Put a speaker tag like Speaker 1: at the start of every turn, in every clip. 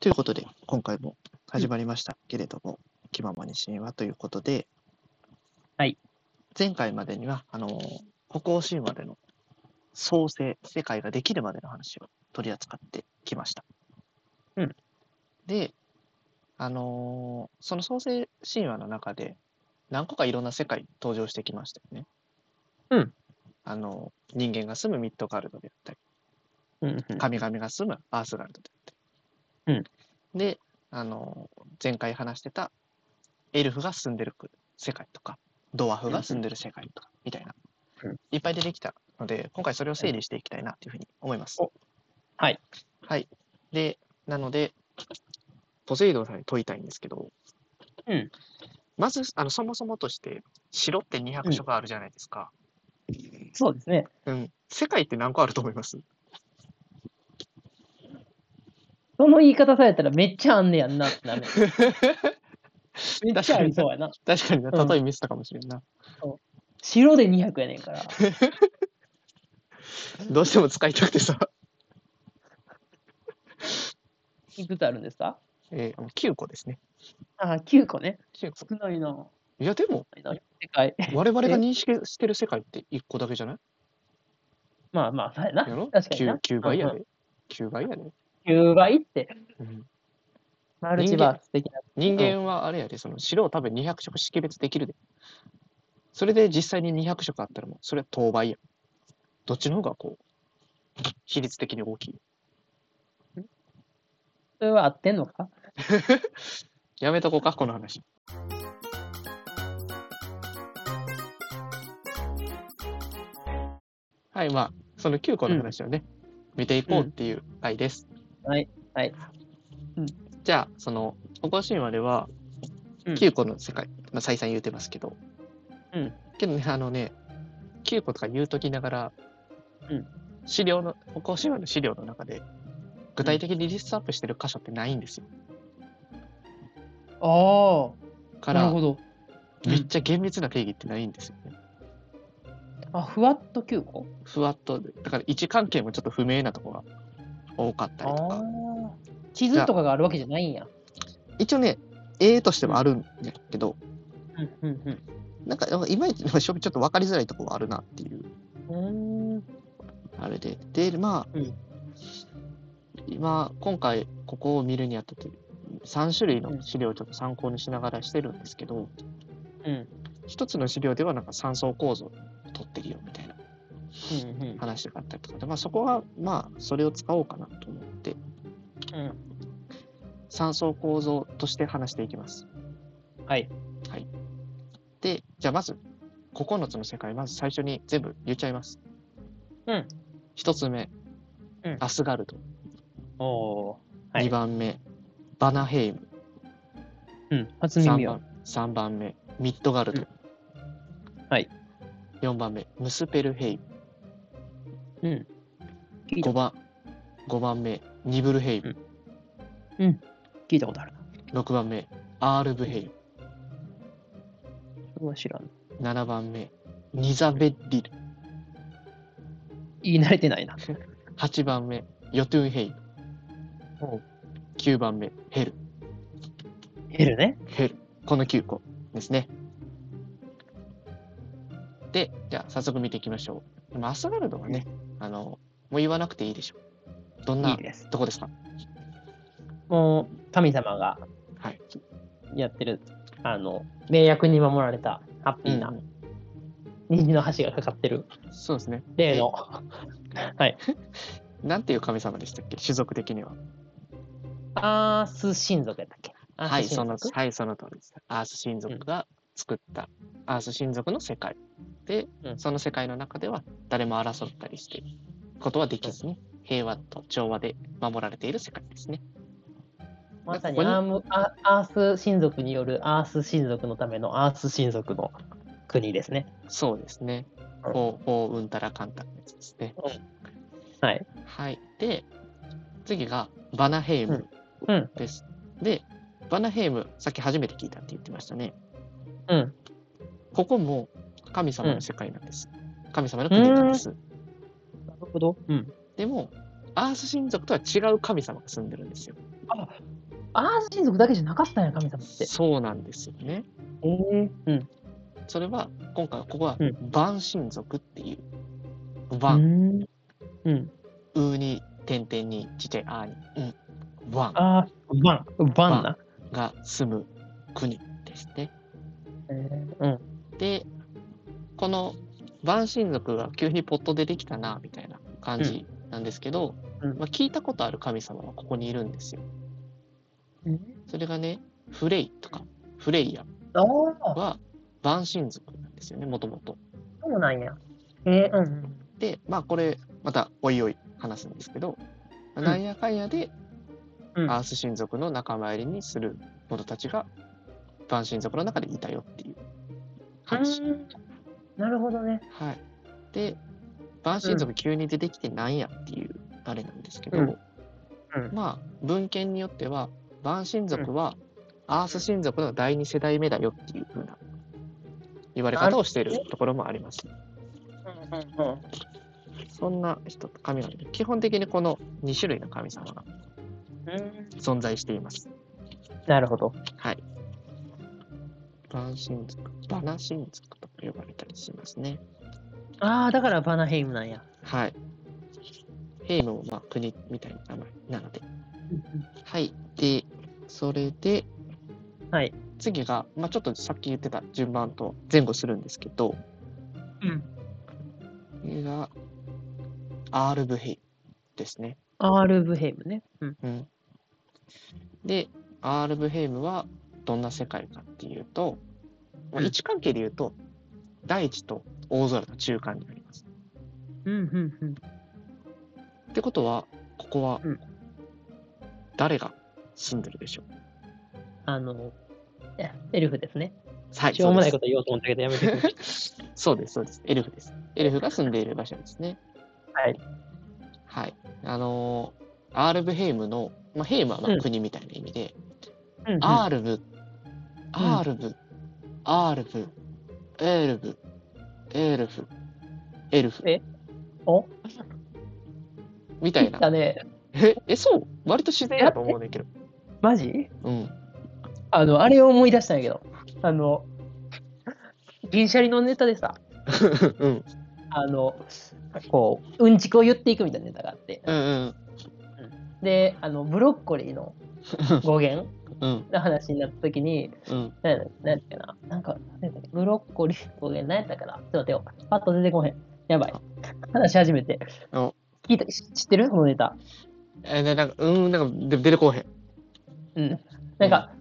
Speaker 1: ということで、今回も始まりましたけれども、気ままに神話ということで、
Speaker 2: はい。
Speaker 1: 前回までには、あのー、歩行神話での創世、世界ができるまでの話を取り扱ってきました。
Speaker 2: うん。
Speaker 1: で、あのーその創世神話の中で、何個かいろんな世界登場してきましたよね。
Speaker 2: うん。
Speaker 1: あのー、人間が住むミッドガルドであったり、
Speaker 2: うんうん
Speaker 1: 神々が住むアースガルドであって、であの前回話してたエルフが住んでる世界とかドワーフが住んでる世界とかみたいな、
Speaker 2: うん
Speaker 1: いっぱい出てきたので今回それを整理していきたいなというふうに思います。
Speaker 2: おはい、
Speaker 1: はい、でなのでポセイドンさんに問いたいんですけど、
Speaker 2: うん
Speaker 1: まずあのそもそもとして城って200所があるじゃないですか、
Speaker 2: そうですね。
Speaker 1: うん、世界って何個あると思います
Speaker 2: その言い方されたらめっちゃあんねやんなって なる。めっちゃありそうやな。
Speaker 1: 確かにな、
Speaker 2: うん
Speaker 1: 例えミスったかもしれんな。
Speaker 2: 白で200やねんから。
Speaker 1: どうしても使いたくてさ。
Speaker 2: いくつあるんですか
Speaker 1: えー、9個ですね。
Speaker 2: あ、9個ね。
Speaker 1: 9個。
Speaker 2: 少ないな。
Speaker 1: いや、で も、
Speaker 2: 少ないな 世界。
Speaker 1: 我々が認識してる世界って1個だけじゃない
Speaker 2: まあまあ、そうやな。
Speaker 1: やろ
Speaker 2: 確かにな。
Speaker 1: 9, 9倍や
Speaker 2: うん
Speaker 1: で。9倍やで。
Speaker 2: うん。9倍って。
Speaker 1: うん
Speaker 2: マルチバース的な。
Speaker 1: 人間はあれやで、その白を多分200色識別できるで。それで実際に200色あったらもう、それは当倍や。どっちの方がこう、比率的に大きい。
Speaker 2: それは合ってんのか
Speaker 1: やめとこうか、この話。はい、まあ、その9個の話をね、見ていこうっていう回です。
Speaker 2: はい、はい。うん
Speaker 1: じゃあ、その、おこしんまでは、
Speaker 2: うん
Speaker 1: 9個の世界、まあ、再三言うてますけど、
Speaker 2: うん。
Speaker 1: けどね、あのね、9個とか言うときながら、
Speaker 2: うん
Speaker 1: 資料の、おこしんまの資料の中で、具体的にリストアップしてる箇所ってないんですよ。
Speaker 2: あ
Speaker 1: か
Speaker 2: あ、
Speaker 1: ら、
Speaker 2: ど。
Speaker 1: めっちゃ厳密な定義ってないんですよね。
Speaker 2: あ、ふわっと9個
Speaker 1: ふわっとでだから位置関係もちょっと不明なところが多かった
Speaker 2: あ
Speaker 1: りと
Speaker 2: あ
Speaker 1: か。
Speaker 2: 地図とかがあるわけじゃないんや。
Speaker 1: 一応ね絵としてはあるんだけど、
Speaker 2: うんうん
Speaker 1: なんかいまいちちょっと分かりづらいところはあるなっていう
Speaker 2: うん。うーん。
Speaker 1: あれででまあ、
Speaker 2: うん
Speaker 1: 今今回ここを見るにあたって3種類の資料をちょっと参考にしながらしてるんですけど
Speaker 2: うん
Speaker 1: 一つの資料ではなんか3層構造を取ってるよみたいな
Speaker 2: うんうん
Speaker 1: 話があったりとかで、まあ、そこはまあそれを使おうかなと思って
Speaker 2: うん。
Speaker 1: 3層構造として話していきます。
Speaker 2: はい。
Speaker 1: で、じゃあまず、9つの世界、まず最初に全部言っちゃいます。
Speaker 2: うん。
Speaker 1: 1つ目、
Speaker 2: うん
Speaker 1: アスガルド。
Speaker 2: おおはい
Speaker 1: 2番目、バナヘイム。
Speaker 2: ー。うん。初耳
Speaker 1: 3
Speaker 2: や。
Speaker 1: 番三番目、ミッドガルド。
Speaker 2: うんはい。
Speaker 1: 4番目、ムスペルヘイム。
Speaker 2: うん。聞いた
Speaker 1: 5番、五番目、ニブルヘイム。
Speaker 2: 聞いたことあるな。
Speaker 1: 6番目、アールブヘイム。
Speaker 2: それは知らん。
Speaker 1: 7番目、ニザベッリル。
Speaker 2: 言い慣れてないな。
Speaker 1: 8番目、ヨトゥンヘイム
Speaker 2: おう。
Speaker 1: 9番目、ヘル。
Speaker 2: ヘルね。
Speaker 1: 減る。この9個ですね。で、じゃあ早速見ていきましょう。でもアスガルドはね、あの、もう言わなくていいでしょう。どん
Speaker 2: い
Speaker 1: ない
Speaker 2: です。
Speaker 1: とこですか
Speaker 2: もう、神様が
Speaker 1: はい。
Speaker 2: やってる、あの、名役に守られたハッピーな虹の橋がかかってる、
Speaker 1: そうですね。
Speaker 2: 例の。はい。
Speaker 1: なんていう神様でしたっけ種族的には。
Speaker 2: アース神族やったっけア
Speaker 1: は
Speaker 2: ー
Speaker 1: い、
Speaker 2: ス
Speaker 1: そ
Speaker 2: 神
Speaker 1: の、
Speaker 2: 族
Speaker 1: はい、その通りです。アース神族が作った、アース神族の世界。で、
Speaker 2: うん
Speaker 1: その世界の中では誰も争ったりして、ことはできずに、平和と調和で守られている世界ですね。
Speaker 2: まさに
Speaker 1: ここに
Speaker 2: アームアアース神族によるアース神族のためのアース神族の国ですね。
Speaker 1: そうですね。
Speaker 2: うん
Speaker 1: ほう、ほう、うんたらかんたらのやつですね。
Speaker 2: はい。
Speaker 1: はい。で、次がバナヘイム
Speaker 2: うんうん
Speaker 1: です。で、バナヘイム、さっき初めて聞いたって言ってましたね。
Speaker 2: うん。
Speaker 1: ここも神様の世界なんです。神様の国なんです。
Speaker 2: なるほど。うん。
Speaker 1: でも、アース神族とは違う神様が住んでるんですよ。
Speaker 2: アース親族だけじゃなかったんや、神様って。
Speaker 1: そうなんですよね。
Speaker 2: ええうん。
Speaker 1: それは今回ここは
Speaker 2: うん
Speaker 1: 万神族っていう。
Speaker 2: う
Speaker 1: 万、
Speaker 2: ん。うん。
Speaker 1: うに点々にちっちゃいあーに、うん、ワン
Speaker 2: あー、バン。バンな。
Speaker 1: が住む国ですね。
Speaker 2: えーうん。
Speaker 1: でこの万神族が急にポットでできたなみたいな感じなんですけど、
Speaker 2: うん
Speaker 1: まあ、聞いたことある神様はここにいるんですよ。それがねフレイとかフレイヤ
Speaker 2: ああ、
Speaker 1: は万神族なんですよねもともと。
Speaker 2: そうなんや。えー、うん。
Speaker 1: でまあこれまたおいおい話すんですけど、まあ
Speaker 2: うん
Speaker 1: なんやかんやで
Speaker 2: うん。
Speaker 1: アース神族の仲間入りにする者たちが万神族の中でいたよっていう話。
Speaker 2: うんなるほどね。
Speaker 1: はい、で万神族急に出てきてなんやっていうあれなんですけど、
Speaker 2: うんうん
Speaker 1: まあ文献によっては万神族はアース神族の第二世代目だよっていうふうな言われ方をしているところもあります。
Speaker 2: うんうんうん。
Speaker 1: そんな人と神々基本的にこの2種類の神様が
Speaker 2: うん
Speaker 1: 存在しています。
Speaker 2: なるほど。
Speaker 1: はい。万神族、バナ神族と呼ばれたりしますね。
Speaker 2: ああ、だからバナヘイムなんや。
Speaker 1: はい。ヘイムもまあ国みたいな名前なので。はい。で、それで、
Speaker 2: はい。
Speaker 1: 次が、まあ、ちょっとさっき言ってた順番と前後するんですけど、
Speaker 2: うん。
Speaker 1: 次が、アールブヘイムですね。
Speaker 2: アールブヘイムね。うん。
Speaker 1: うん。で、アールブヘイムはどんな世界かっていうと、まあ、
Speaker 2: うん
Speaker 1: 位置関係で言うと、大地と大空の中間になります。
Speaker 2: うんうんうん。
Speaker 1: ってことは、ここは
Speaker 2: うん、
Speaker 1: 誰が住んでるでしょう、
Speaker 2: あの、いやエルフですね。
Speaker 1: はい、
Speaker 2: しょうもない
Speaker 1: そう
Speaker 2: こ
Speaker 1: で
Speaker 2: と言おうと思ったけどやめてほしい。
Speaker 1: す。 そうです、そうです。エルフです。エルフが住んでいる場所ですね。
Speaker 2: はい。
Speaker 1: はい。あのーアールブヘイムの、まあ、ヘイムはま
Speaker 2: う
Speaker 1: あ
Speaker 2: ん
Speaker 1: 国みたいな意味で、
Speaker 2: うんうん
Speaker 1: アールブ、アールブ、アールブ、エルブ、エルフ、エルフ、
Speaker 2: えお
Speaker 1: みた
Speaker 2: 言
Speaker 1: い
Speaker 2: っ
Speaker 1: な。
Speaker 2: たね。
Speaker 1: え、え、そう割と自然やと思うねんだけど。
Speaker 2: マジ
Speaker 1: うん。
Speaker 2: あの、あれを思い出したんやけど。あの、銀シャリのネタでさ、
Speaker 1: うん。
Speaker 2: あの、こう、うんちくを言っていくみたいなネタがあって。
Speaker 1: うんうん。
Speaker 2: で、あの、ブロッコリーの語源
Speaker 1: うん。
Speaker 2: の話になった時に、
Speaker 1: うん。
Speaker 2: 何や何やったかななんか、何やったっけブロッコリー語源何やったかなちょっと待てよ。パッと出てこへん。やばい。話し始めて。
Speaker 1: お
Speaker 2: 聞いた、し知ってるこのネタ。
Speaker 1: え、でなんか、うーん、なんか、で出てこうへん。
Speaker 2: うん。なんか、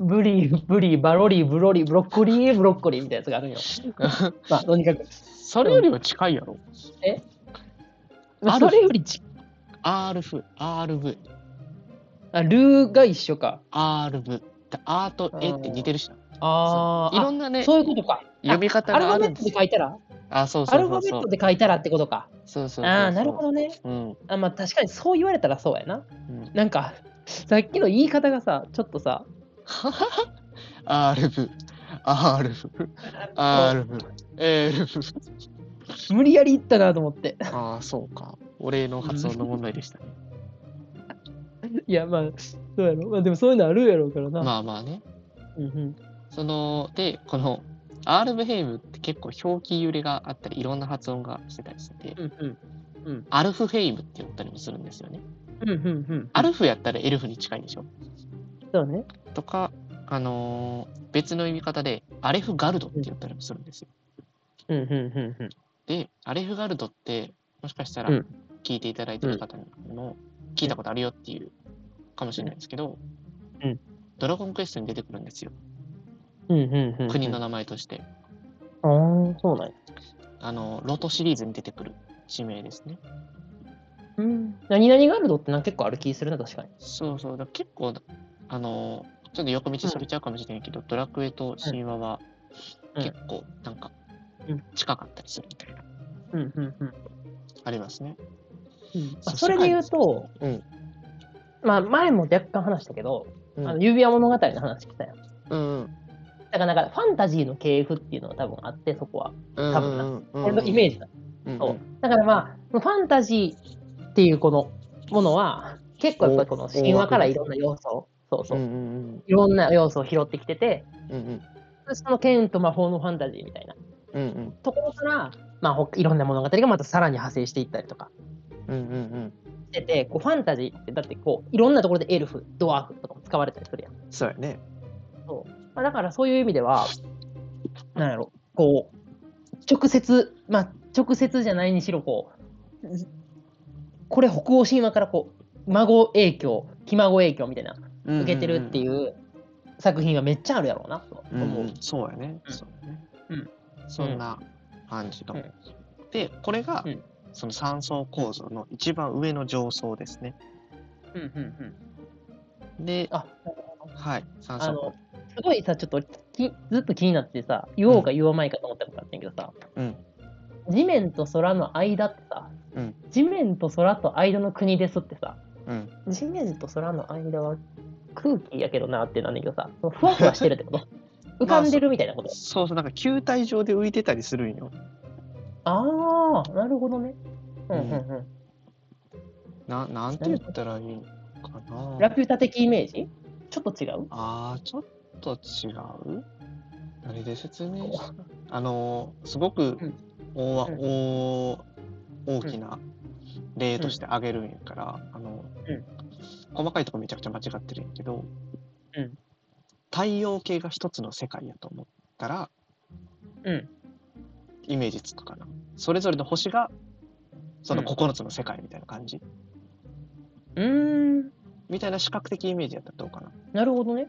Speaker 2: ブリー、ブリー、バロリー、ブロリー、ブロッコリー、ブロッコリーみたいなやつがあるん よ。まあ、とにかく。
Speaker 1: それよりは近いやろ。
Speaker 2: まあ、
Speaker 1: ある
Speaker 2: それよりち、
Speaker 1: アールフ、アールブ、
Speaker 2: あ、ルーが一緒か。
Speaker 1: アールブ。アーとエって似てるしな。
Speaker 2: あー
Speaker 1: いろんな
Speaker 2: あ、
Speaker 1: ね、
Speaker 2: そういうことか。
Speaker 1: 読み方
Speaker 2: アルフ
Speaker 1: があ
Speaker 2: ァベ
Speaker 1: るんで
Speaker 2: ット
Speaker 1: す
Speaker 2: で
Speaker 1: よ。
Speaker 2: 書いたら
Speaker 1: あ、そう
Speaker 2: ア
Speaker 1: そ
Speaker 2: ル
Speaker 1: うそう
Speaker 2: ファベ
Speaker 1: そ
Speaker 2: ッ
Speaker 1: う
Speaker 2: ト。で書いたらってことか。
Speaker 1: そうそうそうそう。
Speaker 2: ああ、なるほどね。
Speaker 1: うん。
Speaker 2: あまあ確かにそう言われたらそうやな。
Speaker 1: うん。
Speaker 2: なんかさっきの言い方がさちょっとさ
Speaker 1: アールブ、アールブ、アールブ、エールブ。
Speaker 2: 無理やり言ったなと思って。
Speaker 1: ああ、そうか。俺の発音の問題でしたね。
Speaker 2: いやまあそうやろ。まあでもそういうのあるやろうからな。
Speaker 1: まあまあね。
Speaker 2: うんうん、
Speaker 1: その、で、この、アールブヘイムって結構表記揺れがあったり、いろんな発音がしてたりしてて、
Speaker 2: うんうん
Speaker 1: アルフヘイムって呼ったりもするんですよね。
Speaker 2: うんうんうん。
Speaker 1: アルフやったらエルフに近いでしょ
Speaker 2: そうね。
Speaker 1: とか、あのー別の読み方でアレフガルドって言ったりもするんですよ。
Speaker 2: うんうんうんうん。
Speaker 1: で、アレフガルドってもしかしたら
Speaker 2: うん
Speaker 1: 聞いていただいてる方にも聞いたことあるよっていうかもしれないですけど、
Speaker 2: うん
Speaker 1: ドラゴンクエストに出てくるんですよ。
Speaker 2: うんうんうん、
Speaker 1: 国の
Speaker 2: あ
Speaker 1: 名前として。
Speaker 2: あーそうなんや、
Speaker 1: あの、ロトシリーズに出てくる地名ですね。
Speaker 2: うん、何々ガルドってなんか結構ある気するな確かに
Speaker 1: そうそう、だから結構、あのーちょっと横道それちゃうかもしれないけど、ドラクエと神話は
Speaker 2: うん
Speaker 1: 結構なんか
Speaker 2: うん
Speaker 1: 近かったりするみたいな、
Speaker 2: うんうんうん
Speaker 1: ありますね。
Speaker 2: うんまあ
Speaker 1: そう
Speaker 2: それで言うと、
Speaker 1: うん
Speaker 2: まあ、前も若干話したけど、
Speaker 1: うん
Speaker 2: あの指輪物語の話したよ。
Speaker 1: うんうん
Speaker 2: だからなんかファンタジーの系譜っていうのが多分あってそこは
Speaker 1: うん
Speaker 2: 多分な
Speaker 1: うんうん
Speaker 2: 俺のイメージだ、
Speaker 1: うん
Speaker 2: そうだからまあファンタジーっていうこのものは結構やっぱりこの神話からいろんな要素そうそうう。
Speaker 1: んうん
Speaker 2: いろんな要素を拾ってきてて、
Speaker 1: うんうん
Speaker 2: その剣と魔法のファンタジーみたいな
Speaker 1: うんうん
Speaker 2: ところから、まあ、ほいろんな物語がまたさらに派生していったりとか
Speaker 1: うんうんうん
Speaker 2: してて、こうファンタジーってだってこういろんなところでエルフ、ドワーフとかも使われたりするやん。
Speaker 1: そうやね
Speaker 2: まあ、だからそういう意味では、なんやろ、こう、直接、まあ、直接じゃないにしろ、こう、ずこれ北欧神話からこう、孫影響、ひ孫影響みたいな、受けてるって
Speaker 1: う
Speaker 2: いう作品はめっちゃあるやろうなと
Speaker 1: んうん
Speaker 2: 思
Speaker 1: う
Speaker 2: う。
Speaker 1: んそうやね
Speaker 2: うん
Speaker 1: そうやね
Speaker 2: うん
Speaker 1: そんな感じの
Speaker 2: うん
Speaker 1: でこれが
Speaker 2: うん
Speaker 1: その三層構造の一番上の上層ですね
Speaker 2: うんうんうん
Speaker 1: で
Speaker 2: あ
Speaker 1: はい三
Speaker 2: あ
Speaker 1: 層
Speaker 2: の
Speaker 1: 構
Speaker 2: すごいさ、ちょっときずっと気になってさ、言おうか言わないかと思ったことあったんやけどさ、
Speaker 1: うん
Speaker 2: 地面と空の間ってさ、
Speaker 1: うん
Speaker 2: 地面と空と間の国ですってさ、
Speaker 1: うん
Speaker 2: 地面と空の間は空気やけどなってなんだけどさ、そのふわふわしてるってこと浮かんでるみたいなこと。
Speaker 1: そうそうなんか球体上で浮いてたりするんよ
Speaker 2: ああ、なるほどね。うんうんうん。
Speaker 1: ななんて言ったらいいかな
Speaker 2: ラピュタ的イメージちょっと違う
Speaker 1: あーちょっと違う何で説明したあのーすごく
Speaker 2: うん
Speaker 1: 大わ、
Speaker 2: うん
Speaker 1: 大大きな例として挙げるんやから、あの
Speaker 2: うん
Speaker 1: 細かいとこめちゃくちゃ間違ってるんやけど、
Speaker 2: うん
Speaker 1: 太陽系が一つの世界やと思ったら
Speaker 2: うん。
Speaker 1: イメージつくかなそれぞれの星がその
Speaker 2: うん
Speaker 1: 9つの世界みたいな感じ、
Speaker 2: うーん、
Speaker 1: みたいな視覚的イメージやったらどうかな
Speaker 2: なるほどね。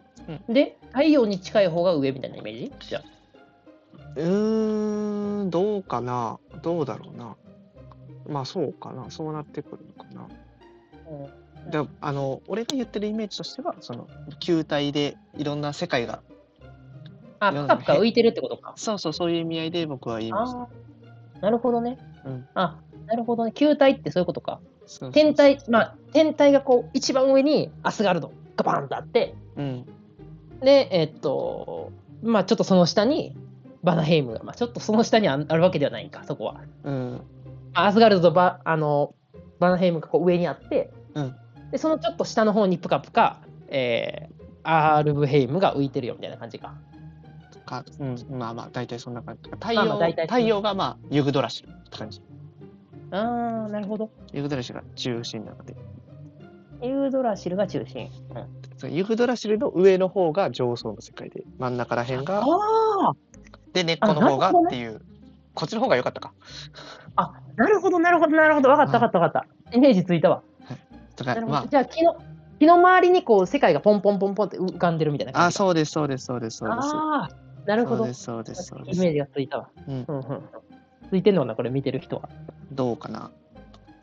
Speaker 2: で、太陽に近い方が上みたいなイメージじゃあ
Speaker 1: うーん、どうかな、どうだろうな。まあそうかな、そうなってくるのかな。
Speaker 2: うん
Speaker 1: だあの俺が言ってるイメージとしては、その球体でいろんな世界が、
Speaker 2: あ、ぷかぷか浮いてるってことか。
Speaker 1: そうそう、そういう意味合いで僕は言いました。
Speaker 2: あーなるほどね。
Speaker 1: うん
Speaker 2: あなるほどね。球体ってそういうことか。
Speaker 1: そうそうそう
Speaker 2: 天体、まあ、天体がこう一番上にアスガルドがバーンとあって、
Speaker 1: うん、
Speaker 2: で、えっと、まあちょっとその下にバナヘイムが、まあ、ちょっとその下にああるわけではないんか、そこは。
Speaker 1: うん、
Speaker 2: まあアスガルドとバあのバナヘイムがこう上にあって、
Speaker 1: うん
Speaker 2: でそのちょっと下の方にプカプカ、えーアールブヘイムが浮いてるよみたいな感じか。
Speaker 1: か、うん、まあまあ、大体そんな感じ。太
Speaker 2: まあ
Speaker 1: 陽、
Speaker 2: 大体
Speaker 1: 太陽がまあ、ユグドラシルって感じ。
Speaker 2: あー、なるほど。
Speaker 1: ユグドラシルが中心なので、
Speaker 2: ユードラシルが中心。うん
Speaker 1: そのユグドラシルの上の方が上層の世界で、真ん中らへんが、
Speaker 2: あ
Speaker 1: で、根っこの方がっていう、こっちの方が良かったか。
Speaker 2: あ、あ、なるほど、なるほど、なるほど、わかった、わかった、わかった。イメージついたわ。
Speaker 1: と
Speaker 2: な
Speaker 1: か、
Speaker 2: るほ
Speaker 1: ま
Speaker 2: ど。
Speaker 1: あ、
Speaker 2: じゃあ、木の、木の周りにこう、世界がポンポンポンポンって浮かんでるみたいな
Speaker 1: あ、
Speaker 2: 感じか。
Speaker 1: そうです、そうです、そうです、そうです。
Speaker 2: ああ、なるほど。
Speaker 1: そう
Speaker 2: イ
Speaker 1: です、そうです、そうで
Speaker 2: メー
Speaker 1: す。
Speaker 2: ジがついたわ。
Speaker 1: うん
Speaker 2: うん、うん。ついてんのかな、これ見てる人は。
Speaker 1: どうかな。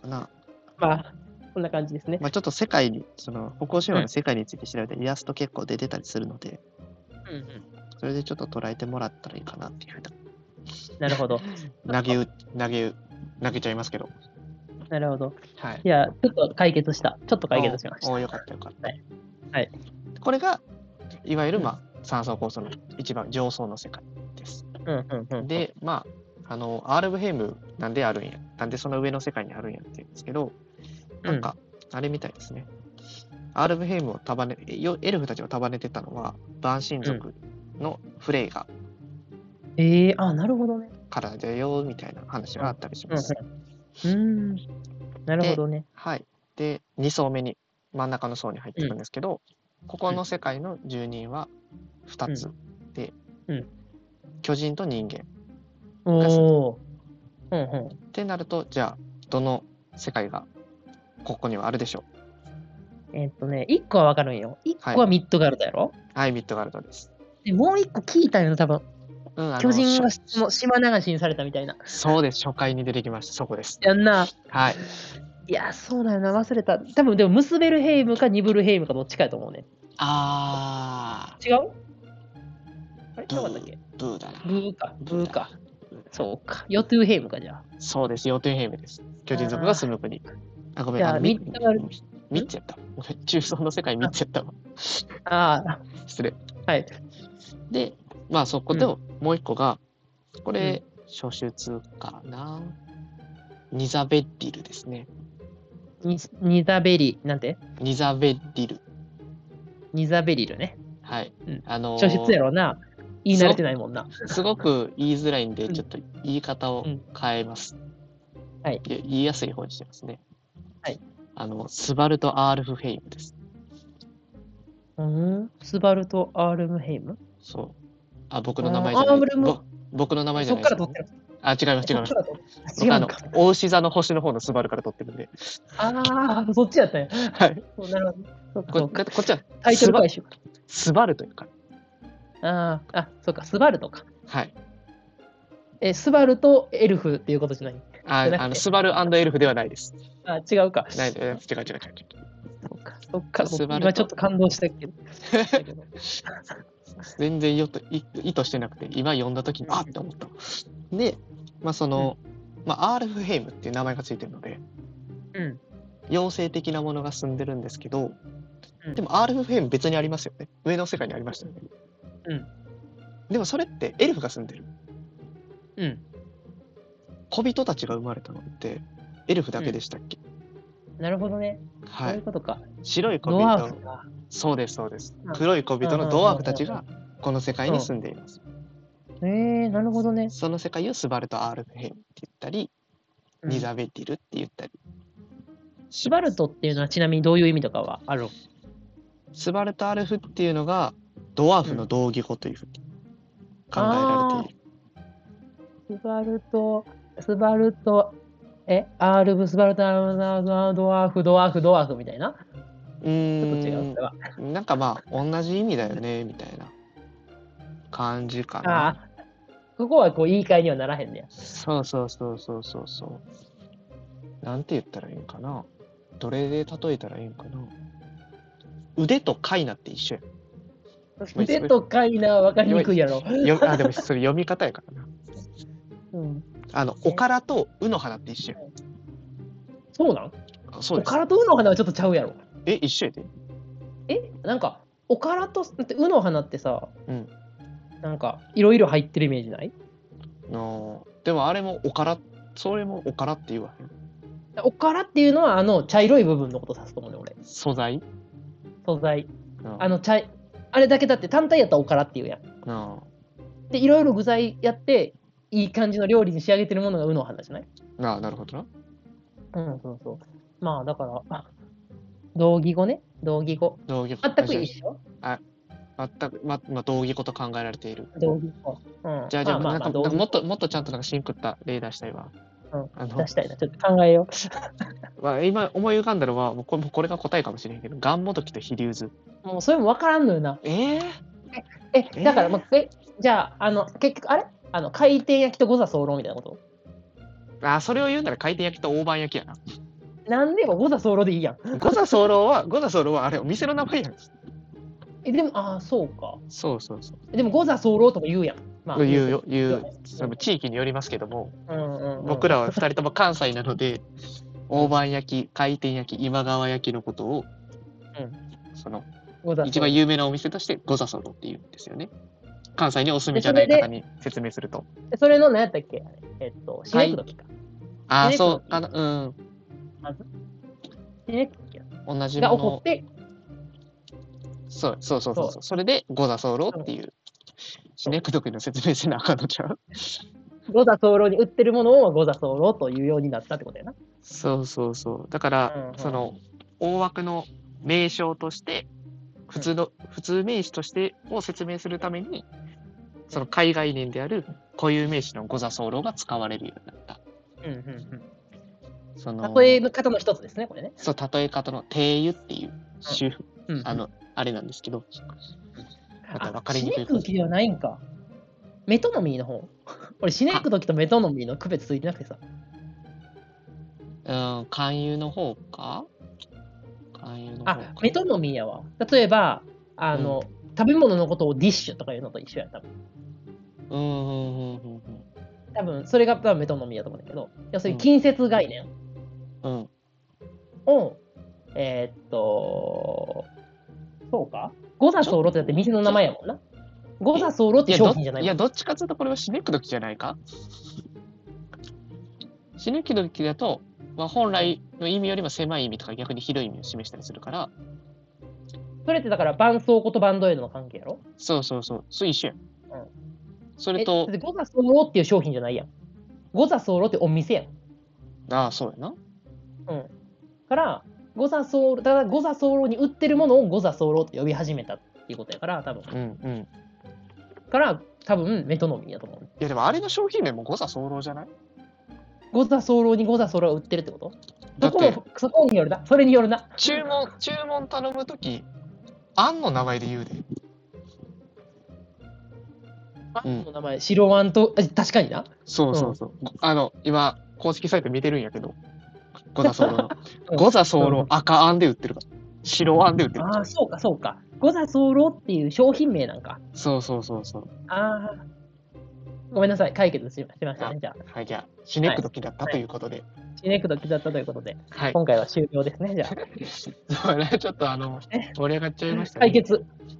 Speaker 1: かな
Speaker 2: まあ、こんな感じですね。
Speaker 1: まあ、ちょっと世界に、その、歩行神話の世界について調べて、イラスト結構出てたりするので、
Speaker 2: うんうん。
Speaker 1: それでちょっと捉えてもらったらいいかなっていうふう
Speaker 2: なるほど。
Speaker 1: な、投げう、投げう、投げちゃいますけど。
Speaker 2: なるほど。
Speaker 1: はい。
Speaker 2: いや、ちょっと解決した。ちょっと解決しまし
Speaker 1: お
Speaker 2: た。
Speaker 1: およかったよかった。
Speaker 2: はいはい
Speaker 1: これが、いわゆる、
Speaker 2: うん
Speaker 1: まあ、三層構造の一番上層の世界です。
Speaker 2: うん、うん、うん。、
Speaker 1: で、まあ、あの、アールブヘイム、なんであるんや、なんでその上の世界にあるんやって言うんですけど、なんか、あれみたいですね。アールブヘイムを束ね、よエルフたちを束ねてたのは、バーン神族のフレイが
Speaker 2: ええー、あ、なるほどね。
Speaker 1: からだよ、みたいな話があったりし
Speaker 2: うん、う
Speaker 1: ます。
Speaker 2: ん。うーん。なるほどね。
Speaker 1: はい。で、2層目に、真ん中の層に入っていくんですけど、ここの世界の住人は2つで、
Speaker 2: うん
Speaker 1: 巨人と人間。
Speaker 2: おお。うん、うん。
Speaker 1: ってなると、じゃあ、どの世界がここにはあるでしょう
Speaker 2: えっとね、1個はわかるんよ。1個
Speaker 1: は
Speaker 2: はミッドガルドやろ、
Speaker 1: はい、ミッドガルドです。
Speaker 2: でもう1個聞いたんよ、多分。
Speaker 1: うん、あの
Speaker 2: 巨人が
Speaker 1: し
Speaker 2: しもう島流しにされたみたいな。
Speaker 1: そうです、初回に出てきました、そこです。
Speaker 2: やんな。
Speaker 1: はい。
Speaker 2: いや、そうなんやな、忘れた。多分、でも、ムスベルヘイムかニブルヘイムかどっちかやと思うね。
Speaker 1: あ
Speaker 2: 違うあれ違かったっけ
Speaker 1: ー、ブーだな。
Speaker 2: ブーか、ブーか。
Speaker 1: ブーだ
Speaker 2: そうか。ヨトゥーヘイムか、じゃあ。
Speaker 1: そうです、ヨートゥンヘイムです。巨人族が住む国。あ、ごめ
Speaker 2: じ
Speaker 1: ん、
Speaker 2: ゃあ
Speaker 1: あのミ
Speaker 2: ミッドガルド
Speaker 1: ミッツやった。ごめん中層の世界ミッツやったわ。
Speaker 2: あ
Speaker 1: 失礼。
Speaker 2: あ、はい。
Speaker 1: で、まあそこでもう一個が、これ、初手通かな。ニザベッディルですね。
Speaker 2: ニニザベリ、なんて
Speaker 1: ニザベッディル。
Speaker 2: ニザベリルね。
Speaker 1: はい。
Speaker 2: うん
Speaker 1: あのー
Speaker 2: 小説やろうな。言い慣れてないもんな。
Speaker 1: すごく言いづらいんで、
Speaker 2: うん
Speaker 1: ちょっと言い方を変えます。
Speaker 2: はい
Speaker 1: いや言いやすい方にしてますね。
Speaker 2: はい。
Speaker 1: あの、スバルト・アールフヘイムです。
Speaker 2: うん、スバルト・アールムヘイム
Speaker 1: そう。あ、僕の名前じゃな
Speaker 2: あ
Speaker 1: い
Speaker 2: ー俺。も
Speaker 1: ぼ僕の名前じゃ
Speaker 2: そっ
Speaker 1: ない
Speaker 2: か
Speaker 1: です
Speaker 2: ら
Speaker 1: よ
Speaker 2: 取ってる。
Speaker 1: あ、違います、違い
Speaker 2: そっ
Speaker 1: ま
Speaker 2: か
Speaker 1: す。
Speaker 2: ら取って
Speaker 1: 僕あ
Speaker 2: る。違う
Speaker 1: の
Speaker 2: のか。、
Speaker 1: 大牛座の星の方のスバルから撮ってる んで。
Speaker 2: ああ、そっちやったんや。
Speaker 1: はい。
Speaker 2: そうなるほどそっか
Speaker 1: こ
Speaker 2: そっ
Speaker 1: こ
Speaker 2: か。
Speaker 1: っちは
Speaker 2: タイトル回収。
Speaker 1: スバルというか。
Speaker 2: あーあ、そっか、スバルトか。
Speaker 1: はい。
Speaker 2: え、スバルとエルフっていうことじゃない。
Speaker 1: あ
Speaker 2: じゃなくて
Speaker 1: あのスバルエルフではない です。
Speaker 2: あ違うか。
Speaker 1: ないえ違う違う違う
Speaker 2: そっか、そっか。
Speaker 1: スバルト
Speaker 2: 今ちょっと感動したけど。
Speaker 1: 違う。全然よと意意図してなくて、今読んだ時に、あって思った。で、まあその、まあ、アールフヘイムっていう名前がついてるので、
Speaker 2: うん。
Speaker 1: 妖精的なものが住んでるんですけど、
Speaker 2: うん
Speaker 1: でもアールフヘイム別にありますよね。上の世界にありましたよね。
Speaker 2: うん。
Speaker 1: でもそれってエルフが住んでる。
Speaker 2: うん。
Speaker 1: 小人たちが生まれたのって、エルフだけでしたっけ、
Speaker 2: なるほどね。そ
Speaker 1: は
Speaker 2: ういう
Speaker 1: い。
Speaker 2: ことか。
Speaker 1: 白い小
Speaker 2: ドワー
Speaker 1: 人
Speaker 2: フ、か。
Speaker 1: そうです、そうです
Speaker 2: うん。
Speaker 1: 黒い小人のドワーフたちが
Speaker 2: う
Speaker 1: この世界に住んでいます。
Speaker 2: えー、なるほどね。
Speaker 1: その世界をスバルト・アールフヘイムって言ったり、
Speaker 2: うん
Speaker 1: ニザベティルって言ったり。
Speaker 2: スバルトっていうのはちなみにどういう意味とかはある
Speaker 1: スバルト・アールフっていうのがドワーフの同義語というふうに考えられている。
Speaker 2: スバルト、スバルト、え、アールブ、スバルト、アールブアールブアールブドワーフ、ドワーフ、ドワーフみたいな
Speaker 1: う
Speaker 2: ちょっと違
Speaker 1: ー
Speaker 2: うんそれは。
Speaker 1: なんかまあ同じ意味だよねみたいな感じか
Speaker 2: あ
Speaker 1: な。
Speaker 2: あ、ここはこう言い換えにはならへんねや。
Speaker 1: そうそうそうそうそうそう。なんて言ったらいいんかな。どれで例えたらいいんかな。腕とカイナって一緒や。
Speaker 2: 腕とかいな、わかりにくいやろ。
Speaker 1: よあでもそれ読み方やからな。
Speaker 2: うん、
Speaker 1: あの
Speaker 2: え
Speaker 1: おからとうの花って一緒や。
Speaker 2: そうなん
Speaker 1: あそう
Speaker 2: お
Speaker 1: です
Speaker 2: か。らとうの花はちょっとちゃうやろ。
Speaker 1: え一緒やで。
Speaker 2: え、なんか、おからと、だって、うの花ってさ、
Speaker 1: うん
Speaker 2: なんか、いろいろ入ってるイメージない
Speaker 1: のでもあれもおからそれもおからって言わへん。
Speaker 2: おからっていうのは、あの、茶色い部分のこと指すと思うね、俺。
Speaker 1: 素材。
Speaker 2: 素材。
Speaker 1: うん
Speaker 2: あの、茶い、あれだけだって、単体やったらおからっていうやん。
Speaker 1: うん
Speaker 2: でいろいろ具材やっていい感じの料理に仕上げてるものがうの花じゃない
Speaker 1: ああなるほどな。
Speaker 2: うんそうそうまあだから あ同義語ね同義語
Speaker 1: 同義語
Speaker 2: 全く一緒
Speaker 1: 全く、ま、まあ、同義語と考えられている。
Speaker 2: 同義語、うん、
Speaker 1: じゃあ、じゃあ、
Speaker 2: ま
Speaker 1: な
Speaker 2: あ
Speaker 1: ん
Speaker 2: ま
Speaker 1: か、
Speaker 2: あ同
Speaker 1: なんかも
Speaker 2: 義語
Speaker 1: っと、もっとちゃんとなんかシンクった例出したいわ。
Speaker 2: うん
Speaker 1: あの
Speaker 2: 出、したいなちょっと考えよ
Speaker 1: まあ、今思い浮かんだのは、もうこれもうこれが答えかもしれへんけど、ガンモドキと飛竜図。
Speaker 2: うもうそれも分からんのよな
Speaker 1: えええ
Speaker 2: え
Speaker 1: ー
Speaker 2: だから、まあ、えじゃああの結局あれあの回転焼きと五座候みたいなこと
Speaker 1: あ、それを言うなら回転焼きと大判焼きやな。
Speaker 2: なんでよ五座候でいいやん
Speaker 1: ゴザソロは、ゴザソロはあれ、お店の名前やん。
Speaker 2: えでもああそうか
Speaker 1: そうそうそう。
Speaker 2: でも五座候とか言うやんまあ
Speaker 1: 言うよ、言
Speaker 2: そう
Speaker 1: う
Speaker 2: だね。
Speaker 1: その地域によりますけども、
Speaker 2: うんうんうん、
Speaker 1: 僕らは二人とも関西なので、大判焼き、回転焼き、今川焼きのことを、その、
Speaker 2: 五座
Speaker 1: 一
Speaker 2: 候
Speaker 1: 番有名なお店としてゴザソロっていうんですよね。関西にお住みじゃない方に説明すると。
Speaker 2: それの何やったっけあれえっと、シネクドキか。
Speaker 1: ああ、
Speaker 2: それ
Speaker 1: そう、あの、
Speaker 2: シネクドキや
Speaker 1: うん、同じ
Speaker 2: が
Speaker 1: も
Speaker 2: 起
Speaker 1: の
Speaker 2: こ
Speaker 1: を
Speaker 2: って、
Speaker 1: そうそうそうそう
Speaker 2: そ
Speaker 1: そう。それでゴザソロっていう、シネクドクの説明せなあかんのちゃう
Speaker 2: ゴザソウロに売ってるものをゴザソウロというようになったってことやな。
Speaker 1: そうそうそう。だから、
Speaker 2: うんうん
Speaker 1: その、大枠の名称として、普通の、普通名詞としてを説明するために、その海外念である固有名詞のゴザソロが使われるようになった。
Speaker 2: うんうん
Speaker 1: そうの
Speaker 2: ん。例え方の一つですね、これね。
Speaker 1: そう、例え方の定油っていう種、
Speaker 2: うんうん
Speaker 1: あの、あれなんですけど、また分かり
Speaker 2: シ
Speaker 1: にく
Speaker 2: ネ
Speaker 1: い
Speaker 2: ク。ドキではないんか。メトノミーの方。俺、シネクドキとメトノミーの区別ついてなくてさ。
Speaker 1: うん、勧誘の方か勧誘の方
Speaker 2: あ
Speaker 1: か。、
Speaker 2: メトノミーやわ。例えば、あの、食べ物のことをディッシュとか言うのと一緒やった。
Speaker 1: うんうんうんうん
Speaker 2: 多分それが多分メトノミーやと思うんだけど、要するに近接概念
Speaker 1: うん。うん。
Speaker 2: を、えーっと、そうかゴザソウロってだって店の名前やもんな。ゴザソウロっ
Speaker 1: い
Speaker 2: て
Speaker 1: や、
Speaker 2: 商
Speaker 1: ど
Speaker 2: 品じゃない
Speaker 1: い
Speaker 2: も
Speaker 1: や
Speaker 2: ん。
Speaker 1: どっちかというとこれはシネクドキじゃないかシネクドキだと、まあ、本来の意味よりも狭い意味とか逆に広い意味を示したりするから、
Speaker 2: それってだから伴奏子とバンドエイドの関係やろ
Speaker 1: そうそうそう。そう一緒やん。
Speaker 2: うん
Speaker 1: そ
Speaker 2: え
Speaker 1: れと
Speaker 2: だっ、てゴザソーロっていう商品じゃないやん。ゴザソーロってお店やん。
Speaker 1: ああ、そうやな。
Speaker 2: うん。から、ゴザソーロ、ただゴザソーロに売ってるものをゴザソーロって呼び始めたっていうことやから、多分。
Speaker 1: うんうん。い
Speaker 2: から、多分メトノミーやと思う。
Speaker 1: や、でもあれの商品名も誤差総漏じゃない
Speaker 2: ゴザソーロにゴザソーロが売ってるってこと
Speaker 1: だ
Speaker 2: そ
Speaker 1: っ
Speaker 2: こ
Speaker 1: て
Speaker 2: も、そこによるな。それによるな。
Speaker 1: 注文、注文頼むとき、あんの名前で言うで。
Speaker 2: パ
Speaker 1: うん
Speaker 2: ンの名前、白ワンと、あ確かにな。
Speaker 1: そうそうそう。あの、今、公式サイト見てるんやけ ど、ゴザソーロの
Speaker 2: う。ん
Speaker 1: ゴザソー
Speaker 2: う
Speaker 1: ロ
Speaker 2: ん
Speaker 1: 赤あんで売ってるから。白あんで売ってる。
Speaker 2: ああ、そうか、そうか。ゴザソーロっていう商品名なんか。
Speaker 1: そうそうそうそう。
Speaker 2: ああ。ごめんなさい、解決ししましたね。じゃあ、
Speaker 1: はい、じゃあ、ひねく時だったということで。
Speaker 2: シネクド刻ったということで、
Speaker 1: はい。
Speaker 2: 今回は終了ですね。じゃあ、
Speaker 1: そうね、 ちょっとあの、盛り上がっちゃいましたね。
Speaker 2: 解決、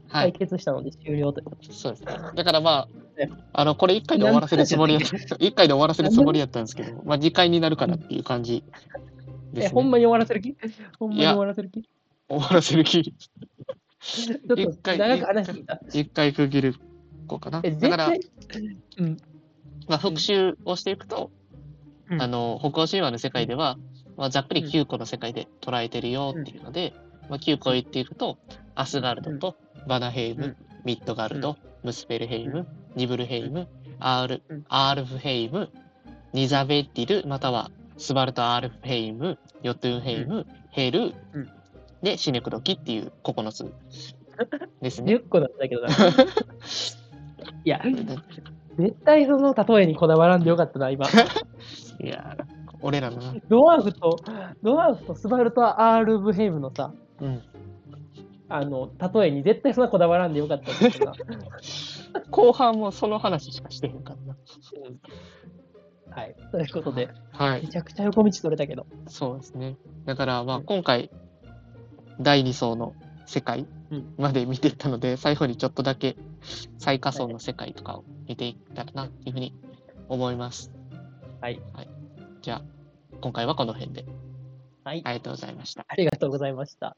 Speaker 1: はい
Speaker 2: 解。決したので終了ということで。
Speaker 1: そうですね。だからま
Speaker 2: ね
Speaker 1: あ、あの、これ1回で終わらせるつもりやった、1回で終わらせるつもりやったんですけど、まあ2回になるかなっていう感じで
Speaker 2: え、
Speaker 1: す
Speaker 2: ほん
Speaker 1: ね。
Speaker 2: まに終わらせる気ほんまに
Speaker 1: いや
Speaker 2: 終わらせる気ち
Speaker 1: 終わらせる気、
Speaker 2: ょっと
Speaker 1: 一回
Speaker 2: 長く話していた。
Speaker 1: 1回区切る子かな。
Speaker 2: え、
Speaker 1: だ
Speaker 2: 絶
Speaker 1: から
Speaker 2: 対、、
Speaker 1: まあ、復習をしていくと、
Speaker 2: うん
Speaker 1: あの、北欧神話の世界では、まあ、ざっくり9個の世界で捉えてるよっていうので、まあ、9個言っていくと、アスガルドとバナヘイム、
Speaker 2: うん
Speaker 1: ミッドガルド、ムスペルヘイム、
Speaker 2: う
Speaker 1: ニブルヘイム、アール
Speaker 2: うん、
Speaker 1: アールフヘイム、ニザベッティル、またはスバルト・アールフヘイム、ヨトゥンヘイム、ヘル、
Speaker 2: うん
Speaker 1: で、シネクドキっていう9つですね。
Speaker 2: 10個だったけ どな。いや、絶対その例えにこだわらんでよかったな、今。
Speaker 1: いやー、俺らのな。
Speaker 2: ドワーフと、ドワーフとスバルト・アール・ブヘイムのさ、
Speaker 1: うん
Speaker 2: あの、例えに絶対そんなこだわらんでよかったんだけどな。
Speaker 1: 後半もその話しかしてへんからな。
Speaker 2: はい、ということで、
Speaker 1: はい
Speaker 2: め。ちゃくちゃ横道取れたけど。
Speaker 1: そうですね。だからまあ
Speaker 2: うん
Speaker 1: 今回、第2層の世界
Speaker 2: うん
Speaker 1: まで見ていったので、最後にちょっとだけ最下層の世界とかを見ていったらなっていうふうに思います。
Speaker 2: はい。
Speaker 1: じゃあ今回はこの辺で
Speaker 2: はい、
Speaker 1: ありがとうございました。
Speaker 2: ありがとうございました。